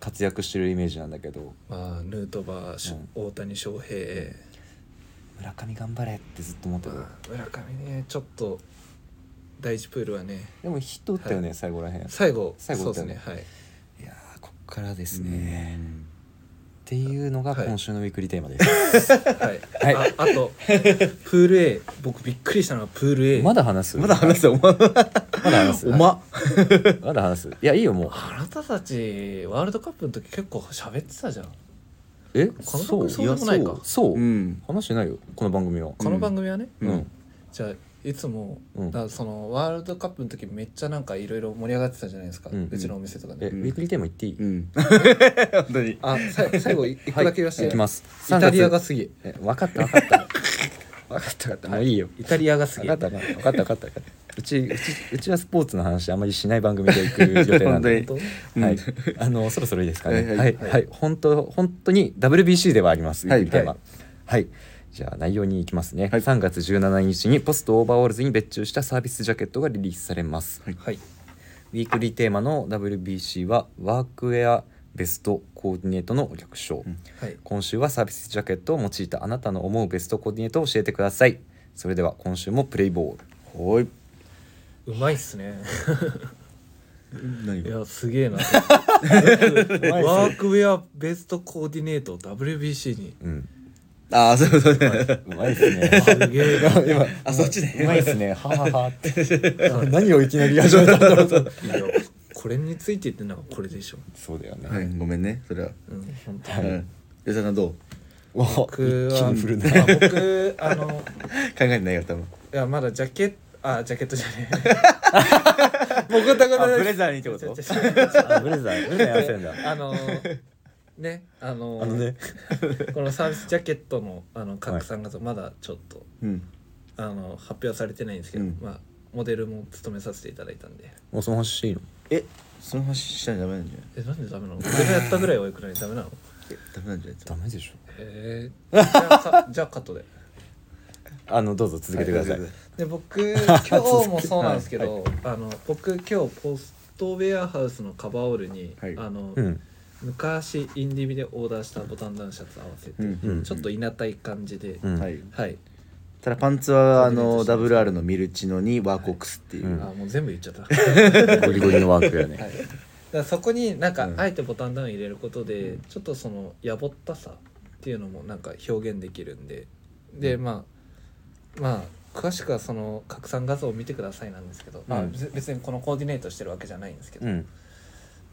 A: 活躍してるイメージなんだけど
C: まあヌートバーし、
A: うん
C: 大谷翔平、
A: 村上頑張れってずっと思ってた、
C: まあ村上ねちょっと第一プールはね
A: でもヒット打ったよね、最後らへんい
C: 最後
A: 最後
C: そ
A: 打
C: う
A: っ
C: で
A: た
C: す
A: よね
C: ねはい
A: やーこっからです
B: ね
A: ね、っていうのが
C: はい
A: 今週のウィークリーテーマです、
C: はい、
A: はい
C: ああとプール A 僕びっくりしたのはプール A
A: まだ話す
B: まだ話すお前
A: まだ話す
B: おま
A: まだ話すいやいいよもう
C: あなたたちワールドカップの時結構喋ってたじゃん
A: え
C: この
A: そ
C: 番
A: う
C: 組そうでもないか
A: そう、
B: うん
A: 話してないよこの番組は
C: この番組はね、
A: うん、
C: じゃあいつも、
A: うん
C: だからそのワールドカップの時めっちゃなんかいろいろ盛り上がってたじゃないですか、
A: う
C: うんちのお店とか
A: え、
C: ね、
A: ウィークリーテーマ言っていい、
B: うん 本当に
C: あさい最後い一個だけ言わせて、
A: いきます
C: イタリアがすげえ
A: え分かった分かった 分かった分かったもういいよ
C: イタリアがす
A: 分か
C: げえ
A: った分かった分かった分かったうちうちうちはスポーツの話あんまりしない番組で行く予定なんで
B: 本当に
A: はい
B: うん、
A: あのそろそろいいですかね。
B: は
A: はいい
B: は
A: はいい、本当本当に WBC ではあります。
B: はい
A: ウィークリーテーマはい。じゃあ内容に行きますね。
B: はい
A: 3月17日にポストオーバーオールズに別注したサービスジャケットがリリースされます。
C: はい
A: ウィークリーテーマの WBC はワークウェアベストコーディネートの略称。
B: うん
C: はい
A: 今週はサービスジャケットを用いたあなたの思うベストコーディネートを教えてください。それでは今週もプレイボール。
B: おいう
C: まいっすね
B: 何
C: い
B: が
C: やすげえ なワークウェアベストコーディネート WBC に
A: うん。
B: ああそうそうそう
A: うまいですね。
C: すげえな
A: 今
B: あそっちね
A: うまいですね。はははって。何をいきなり始めたんだろうと。
C: いやこれについて言ってんのがこれでしょ、
A: そうだよね。
B: はいごめんねそれは
C: うん、本当
A: はい
B: うん吉田さんどう
A: お
C: 僕は、
A: 一気に振るね
C: まあ僕あの
B: 考えてないよ多分
C: いやまだジャケットあジャケットじゃね え僕だから
B: ブレザーにってこと
A: あブレザー、ブレザーやらせんだ。
C: あのねあの
A: あのね、
C: このサービスジャケットのあの拡散がまだちょっと、
B: うん
C: あの発表はされてないんですけど、
B: うん
C: まあモデルも務めさせていただいたんで
A: もうその話していいの。
B: えその話したらダメなんじゃない
C: えなんでダメなのモデルやったぐらいはよくないダメなの
B: えダメなんじゃない
A: ダメでしょ
C: えー、じゃあかじゃあカットで
A: あの、どうぞ続けてください。
B: はい
C: で僕今日もそうなんですけど、あの僕今日ポストウェアハウスのカバーオールに、
B: はい
C: あの、
A: うん、
C: 昔インディビでオーダーしたボタンダウンシャツ合わせて、
B: うんうん
A: うん
C: ちょっといなたい感じで、
A: うん、
B: はい
C: はい
B: ただパンツはあ
C: コーディ
B: の
C: ネートしてます
B: WR のミルチノにワーコックスっていう
C: あ
B: うん
C: もう全部言っちゃった、はい、
A: ゴリゴリのワークや
C: だ
A: ね。
C: からそこになんか、
B: うん
C: あえてボタンダウン入れることで、ちょっとそのやぼったさっていうのもなんか表現できるんででまあまあ詳しくはその拡散画像を見てくださいなんですけど、まあ
A: うん
C: 別別にこのコーディネートしてるわけじゃないんですけど、
A: うん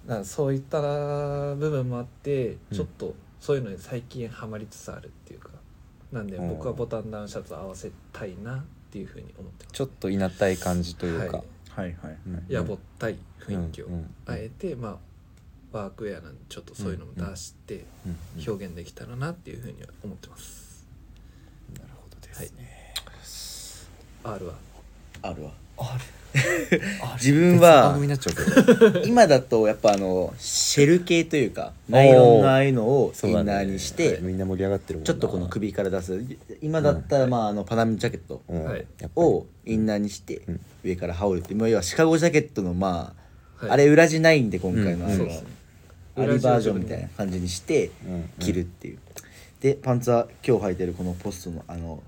C: だからそういった部分もあって
A: うん
C: ちょっとそういうのに最近ハマりつつあるっていうかなんで
A: おー
C: 僕はボタンダウンシャツを合わせたいなっていうふうに思ってます
A: ちょっといなったい感じというか、
C: はい
B: はいはい
A: うん
C: やぼったい雰囲気を、
A: うんうん
C: あえてまあワークウェアなんでちょっとそういうのも出して
A: うんうん
C: 表現できたらなっていうふうには思ってます、
A: なるほどで
C: はい
A: すね、
C: R は
B: あるわ
A: あ
B: 自分は
A: 別の番組になっちゃうけど
B: 今だとやっぱあのシェル系というかナイロンのああいうのをインナーにして、
A: みんな盛り上がってるもんな
B: ちょっとこの首から出す今だったらまああのパナミジャケット
A: うん
C: はい
A: やっぱり
B: をインナーにして
A: うん
B: 上から羽織るってまあ要はシカゴジャケットのまあ
C: はい
B: あれ裏地ないんで今回の
A: うん
B: あ
C: そ
B: の
C: うですね
B: アリバージョンみたいな感じにして
A: うん
B: 着るっていうでパンツは今日履いてるこのポストのあの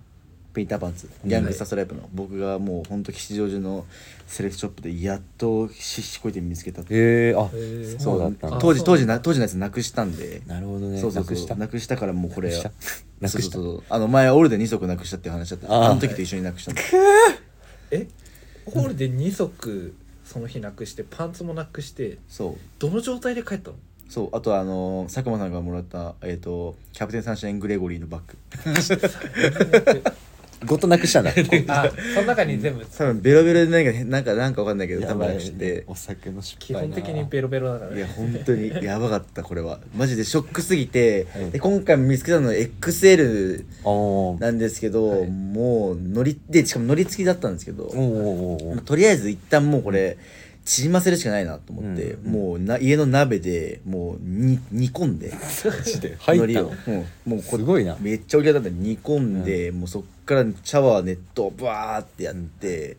B: プリンターパンツギャングスタストライプの僕がもうほんと吉祥寺のセレクトショップでやっとししこいて見つけた
A: へえあ、
C: へー
A: そうだったんだ
C: あ
B: 当時
C: そう
B: 当時な当時のやつなくしたんで
A: なるほどね
B: そうそうそう
A: なくした
B: なくしたからもうこれ
A: なくしたなくした
B: そうそうそうあの前オールで2足なくしたっていう話だった
A: あー
B: あの時と一緒になくした んだ
C: えホールで2足その日なくしてパンツもなくして
B: そう
C: どの状態で帰ったの
B: そうあとはあのー佐久間さんがもらったえっ、とキャプテンサンシャイングレゴリーのバッグ
A: ごとなくしたん だ
C: あその中に全部
B: 多分ベロベロでなんかなんかなんかわかんないけど多
A: や
B: 分
A: ば
B: ないくして
A: お酒の失
C: 基
A: 敗
C: 本的にベロベロ だから
B: いや
C: ね
B: 本当にやばかったこれはマジでショックすぎて、で今回見つけたの XL
A: おー
B: なんですけど、
C: はい
B: もう乗りでしかも乗り付きだったんですけど、
A: おーおーおー
B: まあとりあえず一旦もうこれ縮ませるしかないなと思って、
A: うん
B: もうな家の鍋でもうに煮込んで
A: で
B: 海
A: 入っ
B: 苔
A: た
B: を
A: の
B: うん、もうこ
A: すごいな
B: めっちゃおりだったんで煮込んで、もうそっからシャワー熱湯バーってやって、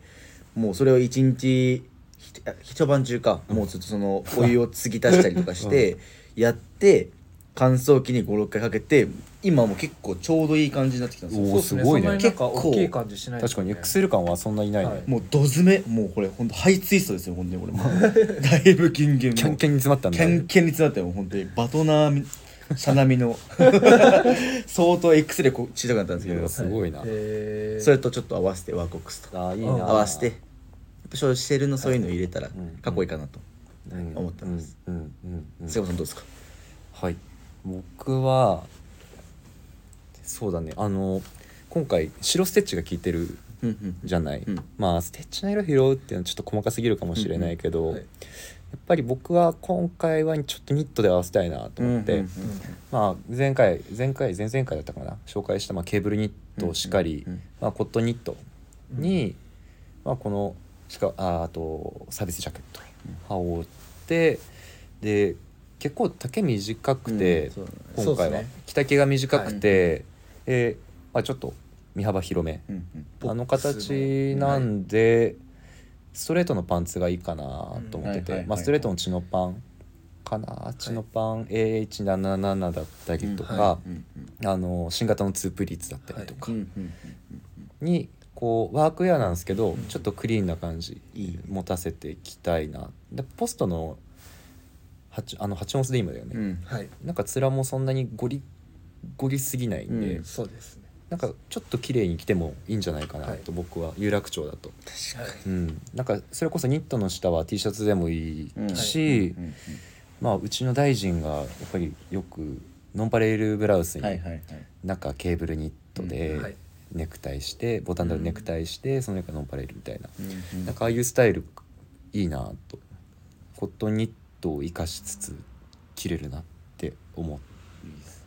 B: もうそれを一日ひとあ一晩中か、もうずっとそのお湯を継ぎ足したりと かして、やって乾燥機に56回かけて今もう結構ちょうどいい感じになってきたんですよ
A: お
C: そ
A: ー
C: うですね
A: すごいね
C: そんなになんか大きい感じしないです
A: 確かに
C: ね
A: XL 感はそんないないね、
C: はい
B: もうド詰めもうこれほんとハイツイストですよほんと にこれもうだいぶギンギンもう
A: キャンキャンに詰まったん
B: キ
A: だ
B: ャンキャンに詰まってもうほんとにバトナーみシャナミの 相当 X でこう小さくなったんですけ
A: い
B: ど
A: やすごいな、
C: へー
B: それとちょっと合わせてワーコックスと
A: あーいい
C: うん
A: な
B: 合わせてやっぱそういうシェルのそういうの入れたら
A: うん
B: かっこいいかなと
A: うん
B: 思ってます
A: うんうんうんうん
B: 瀬尾さんどうですか
A: はい僕はそうだねあの今回白ステッチが効いてる
B: うんうん
A: じゃない、
B: うん
A: まあステッチの色拾うっていうのはちょっと細かすぎるかもしれないけど、
C: うんうんはい
A: やっぱり僕は今回はちょっとニットで合わせたいなと思って、
B: うんうん
A: まあ、前回前回前々回だったかな紹介したまあケーブルニットをしっかり、
B: うんうんうん
A: まあ、コットンニットに、まあ、このしかああとサービスジャケット羽織ってで結構丈短くて、
B: うんそうだね
A: 今
C: そう
A: 回
C: で
A: は
C: すね
A: 着丈が短くて、えーまあ、ちょっと身幅広め、
B: うんうん
A: あの形なんで、ストレートのパンツがいいかなと思って
B: うんはいはいはいは
A: て
B: い
A: まあストレートのチノパンかなチノパン AH77 だったりと
B: うん
A: か
B: う、んうん
A: あの新型のツープリーツだったりとか
B: うんうん
A: にこうワークウェアなんですけど、
C: ん
A: ちょっとクリーンな感じ
B: いい
A: 持たせていきたいなでポストの 8, あの8オンスで今だよね、
B: うん
C: はい
A: なんか面もそんなにゴリゴリすぎないんで、
B: うん
C: そうですね
A: なんかちょっと綺麗に着てもいいんじゃないかなと、
C: はい
A: 僕は有楽町だと、
B: 確か
A: うん、なんかそれこそニットの下は T シャツでもい
B: に
A: いし、
B: うんうんうん
A: まあ、うちの大臣がやっぱりよくノンパレルブラウス
B: はい
A: に
B: はいはい
A: 中ケーブルニット
C: うんはい
A: でネクタイしてボタンドルネクタイしてその中ノンパレルみたいな
B: うんうん
A: なんかああいうスタイルいいなとコットンニットを生かしつつ着れるなって思っ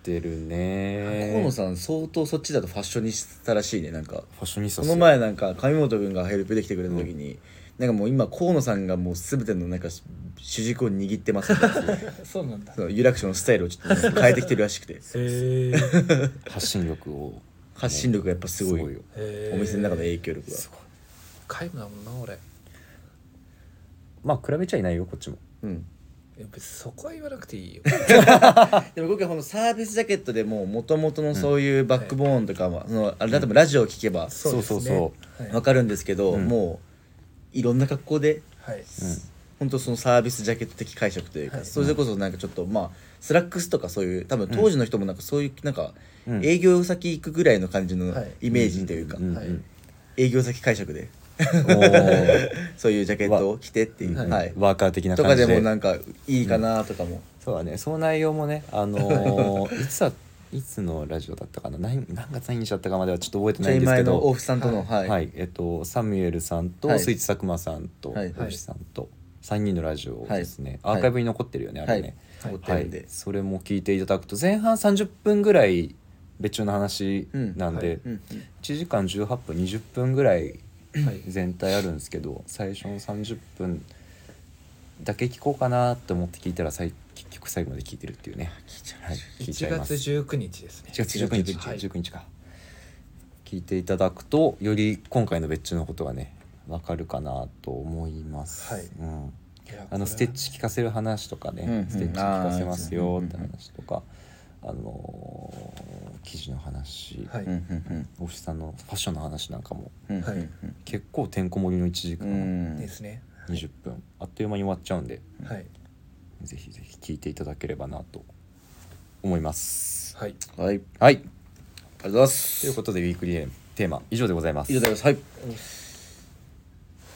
A: てるね
B: 河野さん相当そっちだとファッションにしたらしいねなんか
A: ファッショニスタ
B: そ
A: っす
B: の前なんか上本君がヘルプできてくれた時に、なんかもう今河野さんがもう全てのなんか主軸を握ってますみたいな
C: そうなんだ
B: その有楽町のスタイルをちょっとね変えてきてるらしく て
C: へ
A: 発信力を
B: 発信力がやっぱすごい
A: すごいよ
C: え
B: お店の中の影響力が
A: すごい
C: 皆無だもんな俺い
A: まあ比べちゃいないよこっ ちも
B: うん
C: や別にそこは言わなくていいよ
B: でも僕はこのサービスジャケットでもう元々のそういうバックボーンとかは、そのあれだとラジオを聞けば
A: そう
C: です
A: そ
C: ね
A: うそ
C: はい
B: わかるんですけど、
A: うん
B: もういろんな格好で
C: はい
A: うん
B: 本当そのサービスジャケット的解釈というか、
C: はい
B: それこそなんかちょっとまあスラックスとかそういう多分当時の人もなんかそういうなんか
A: うん
B: 営業先行くぐらいの感じの
C: はい
B: イメージというか、
A: うんうん
C: はい
B: 営業先解釈で
A: おー
B: そういうジャケットを着てっていう、
C: わ
B: はい
A: ワーカー的な
B: と
A: 感
B: か
A: じ
B: で
A: で
B: もなんかいいかなとかも、
A: そうだねその内容もねあの ーいつだいつのラジオだったかな何何月何日だったかまではちょっと覚えて
B: ち
A: な
B: ょ
A: い
B: い
A: んですけ
B: 前の
A: ど
B: オフさんとのはい、
A: はいえっと、サミュエルさんと、
B: はい
A: スイッチ佐久間さんと
B: はい
A: 星さんと3人のラジオですね、
B: はい
A: アーカイブに残ってるよね、あれね、
B: ホテ
A: は
B: ル
A: い
B: で、
A: それも聞いていただくと前半30分ぐらい別注の話なんで、
B: うんうん
A: 1時間18分20分ぐらい
C: はい
A: 全体あるんですけど最初の30分だけ聞こうかなって思って聞いたら最結局最後まで聞いてるっていうね、
B: 聞いちゃう
A: はい、聞いちゃ
C: 1
A: います
C: 月19日ですね
A: 1月19日
C: はい
A: 19日か、聞いていただくとより今回の別注のことがねわかるかなと思います、
C: はい
A: うん、
C: いやこ
A: あ
C: れ
A: の
C: は
A: ステッチ聞かせる話とかね、
B: うんうん
A: ステッチ聞かせます
B: あ
A: よ
B: ー
A: って話とか、あのー記事の話、
C: はい
B: うんうん
A: おじさんのファッションの話なんかも
B: うんうん
C: はい
B: うん
A: 結構てんこ盛りの1時
B: う
A: 間
B: ん
C: ですね
A: 20分、あっという間に終わっちゃうんで
C: はい
A: ぜひぜひ聞いていただければなと思います。
C: はい
B: はいありが
A: はい
B: とうございます
A: ということでウィークリーテーマ以上でございます。
B: 以上でございま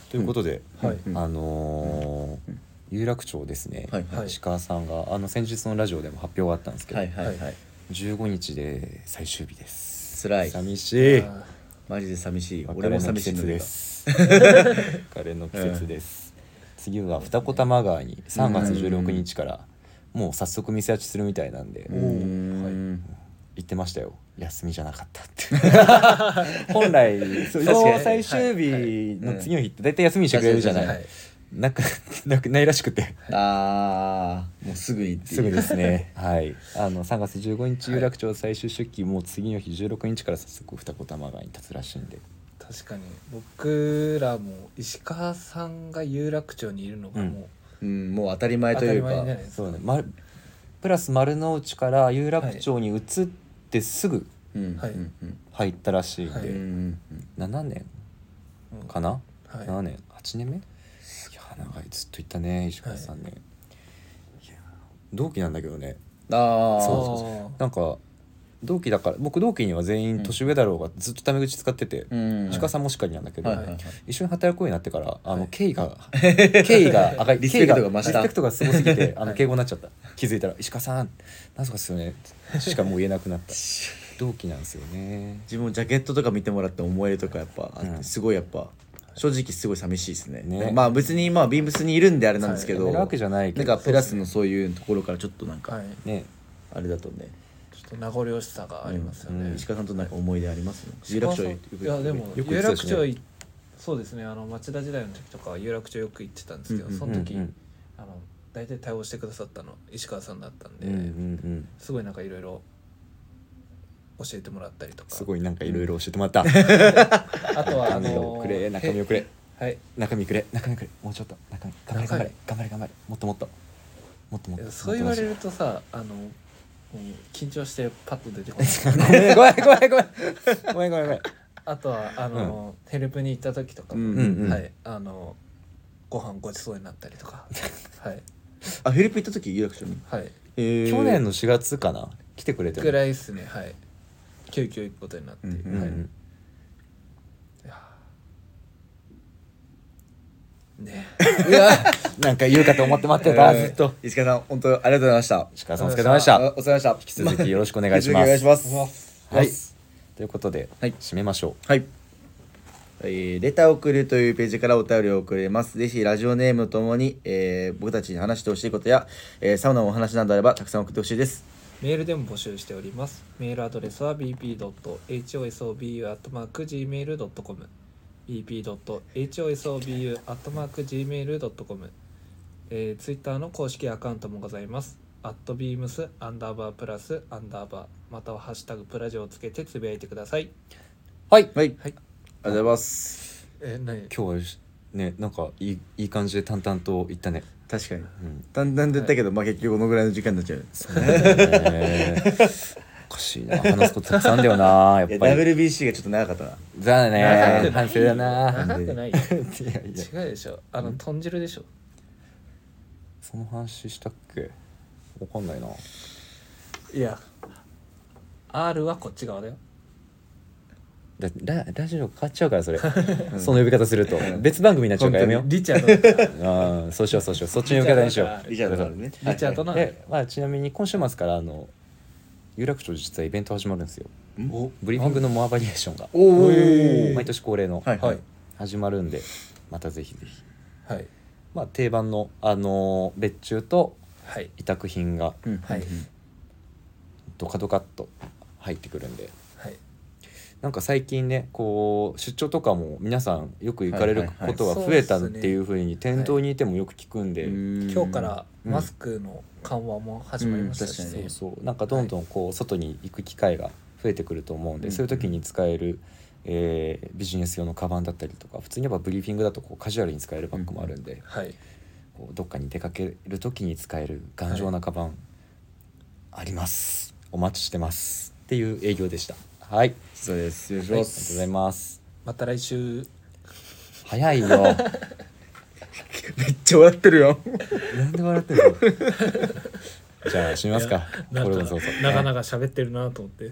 A: ということで、
C: はい
A: あのー有楽町ですね、
B: はいはい
A: 石川さんがあの先日のラジオでも発表があったんです
B: す
A: けど、
B: はいはいはい、
C: は
A: 15日で最終日です
B: 辛い
A: 寂しい
C: あ
B: マジで寂しい
A: 俺
B: 俺
A: も
B: も
A: 寂
B: 寂
A: し
B: し
A: い
B: い
A: の
B: の
A: で
B: です
A: 別れの季節です、次は二子玉川に3月16日からもう早速店立ちするみたいなんで、
B: うーん
A: 言ってましたよ休みじゃなかったって本来そう
B: 確かに
A: 最終日の次の日って大体休みにしてくれるじゃない、
C: はい
A: なんかなくないらしくて
B: ああもうすぐにっていう
A: すぐですねはいあの3月15日有楽町最終出勤、もう次の日16日から早速二子玉川に立つらしいんで
C: 確かに僕らも石川さんが有楽町にいるのがも
B: う
C: う
B: んもう当たり前
C: 当
B: と
C: た
B: い
C: り
B: うか
C: 前じゃないですか
A: そうね、ま、プラス丸の内から有楽町に移ってすぐ
B: うん
C: はい
B: うんうん
A: 入ったらしいんで、
C: は
B: う
C: い
B: ん
A: 7年
C: うん
A: かな、
C: はい
A: 7年8年目いや長いずっと行ったね石川さんね、いや同期なんだけどね
B: ああ
A: そうそうなんか同期だから僕同期には全員年上だろうがずっとタメ口使ってて、
B: うん
A: 石川さんもしかりなんだけど、
B: はいはいはい
A: 一緒に働くようになってからあの
C: はい
A: 敬意 が敬意が上がり
B: リスペクト
A: 敬意
B: が増した
A: リスペクトがすごすぎてあの
C: はい
A: 敬語になっちゃった気づいたら「石川さんなんとかっすよね」しかもう言えなくなった 同期なんですよね
B: 自分もジャケットとか見てもらって思えるとかやっぱあって
A: うん
B: すごいやっぱ正直すごい寂しいですね
A: ね
B: まあ別にまあビームスにいるんであれなんですけ
A: や
B: ど、
A: めるわけじゃないけ
B: なん
A: ど
B: かプラスのそういうところからちょっとなん
C: は
B: か
C: い
A: ね
B: あれだとね、
C: ちょっと名残惜しさがありますよ
A: うん
C: ね
B: 石川さんとなんか思い出あります有
C: 石川
B: 楽町
C: さん
B: よく
C: いやでも
A: よく行っ
C: 有
A: てた
C: 楽
A: しね
C: 町いそうですねあの町田時代の時とかは有楽町よく行ってたんですけど
B: うんうん
C: その時
A: うんうん
C: あの大体対応してくださったの石川さんだったん
A: うんうんう
C: で
A: ん
C: すごいなんかいろいろ教えてもらったりとか
A: すごいなんかいろいろ教えてもらった
C: あとはあ
A: 中身
C: の
A: をくれ中身をくれ
C: はい
A: 中身くれ中身くれもうちょっと中身頑張れ頑張れ頑張れ頑張れもっともっともっともっと
C: そう言われ
A: も
C: る
A: っ
C: とさあのもう緊張してパッと出てこない
A: ともっとごめんごめんごめんごめんごめんごめん
C: あとはあの、ヘルプに行った時とかも、
B: う
A: う
B: ん
A: んうん
C: はいあのご飯ごちそうになったり とかはい
B: あフィリピン行った時有楽町に
C: はい
B: へー
A: 去年の4月かな来てくれて
C: ぐらいですねはい急遽行くことになって、
B: う
A: う
B: ん
A: んう
C: はい
A: ん
C: ね
A: いやなんか言うかと思って待ってた、
B: えー
A: ずっと。
B: 石川さん本当ありがとうございました
A: 石川さん、お疲れ様でした。
B: あお疲れ様でした引
A: き続きよろしくお願いします
B: お願いします
A: はい。ということで、
B: はい
A: 締めましょ
B: はい。えーレターを送るというページからお便りを送れます。ぜひラジオネームともに、えー僕たちに話してほしいことや、えーサウナのお話などあればたくさん送ってほしいです。
C: メールでも募集しておりますメールアドレスは bp.hosobu.gmail.com bp.hosobu.gmail.com えー、ツイッターの公式アカウントもございます。アットビームスアンダーバープラスアンダーバーまたはハッシュタグプラジオをつけてつぶやいてください。
A: う。はい。
B: はい。ありが
C: は
B: と
C: い。
B: うございます。
C: え何
A: 今日はし、ね、なんか、いい、いい感じで淡々と言ったね。
B: 確かに。
A: うん。
B: だんだんで言ったけど、まあ結局このぐらいの時間になっちゃう。
A: そう ね。おかしいな。話すことたくさんあんだよな、やっ
B: いや
A: ぱり。
B: WBC がちょっと長かったな。
A: だ
C: 長くな
A: ね。
C: い
A: 反省だな。
C: 長くないよ。
A: いや いや、
C: 違うでしょ。あの豚汁でしょ。
A: その話したっけわかんないな。
C: いや R はこっち側だよ
A: だララジオ変わっちゃうからそれその呼び方すると別番組になっちゃうからやめよう
C: リチャードだ から
A: ああそうしようそうしようそっちの呼び方にしよう
B: リチャードなるね
C: リチャードなのよ
A: で、まあ、ちなみに今週末からあの有楽町実はイベント始まるんですよ
B: お
A: ブリーフィングのモアバリエーションが
B: おお
A: 毎年恒例の、
B: はい
C: はい
A: 始まるんでまたぜひぜひ、
C: はい
A: まあ、定番の、あのー別注と
C: はい
A: 委託品が
B: うん
C: はい
A: ドカドカっと入ってくるんで
C: はい
A: なんか最近ねこう出張とかも皆さんよく行かれる
B: はいはいは
A: こ
B: い
A: とが増えたっ
C: そうっすね
A: ていうふうに店頭にいてもよく聞くんで、
B: 今
C: 今日からマスクの緩和も始まりましたし
B: うん確か
C: ね
B: に
A: そうそうなんかどんどんこう外に行く機会が増えてくると思うんで、
B: うん
A: そういう時に使える、えービジネス用のカバンだったりとか普通にやっぱブリーフィングだとこうカジュアルに使えるバッグもあるんで、
C: はい
A: こうどっかに出かける時に使える頑丈なカバンあります、お待ちしてますっていう営業でしたはい、
B: そうですよろしくお
A: あり
B: 願い
A: がとうご
B: します
A: ざいます
C: また来週
A: 早いよ
B: めっちゃ笑ってるよ
A: なんで笑ってるのじゃあ閉めますか
C: なん
A: こ
C: か
A: れもそうそう
C: 長々喋ってるなと思って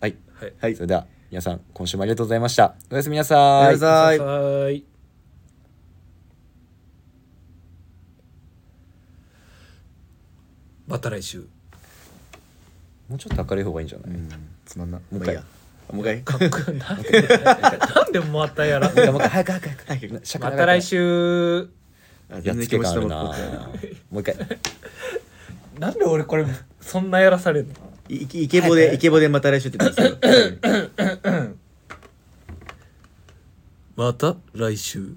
A: はい、
C: はい
B: はい
A: それでは皆さん今週もありがとうございましたおやすみなさ
B: あ
A: い
B: りがとうございます
C: はいまた来週
A: もうちょっと明るい方がいいんじゃない、
B: つまんな
A: う一回
B: まあいいやもう一回
C: かっ こいいなんでなんでまたやらせ
A: いやもう一回早く早く早く尺
C: ま
A: 長い
C: た来週
B: あ
A: やっ
B: 全然
A: つ
B: 気
A: け
B: 持
A: 感
B: ち
A: あ
B: 溜
A: る
B: ま
A: な
B: って
A: もう一回
C: なんで俺これそんなやらされるの
B: いいイケボでイケボでまた来週って言って ますよ
C: また来週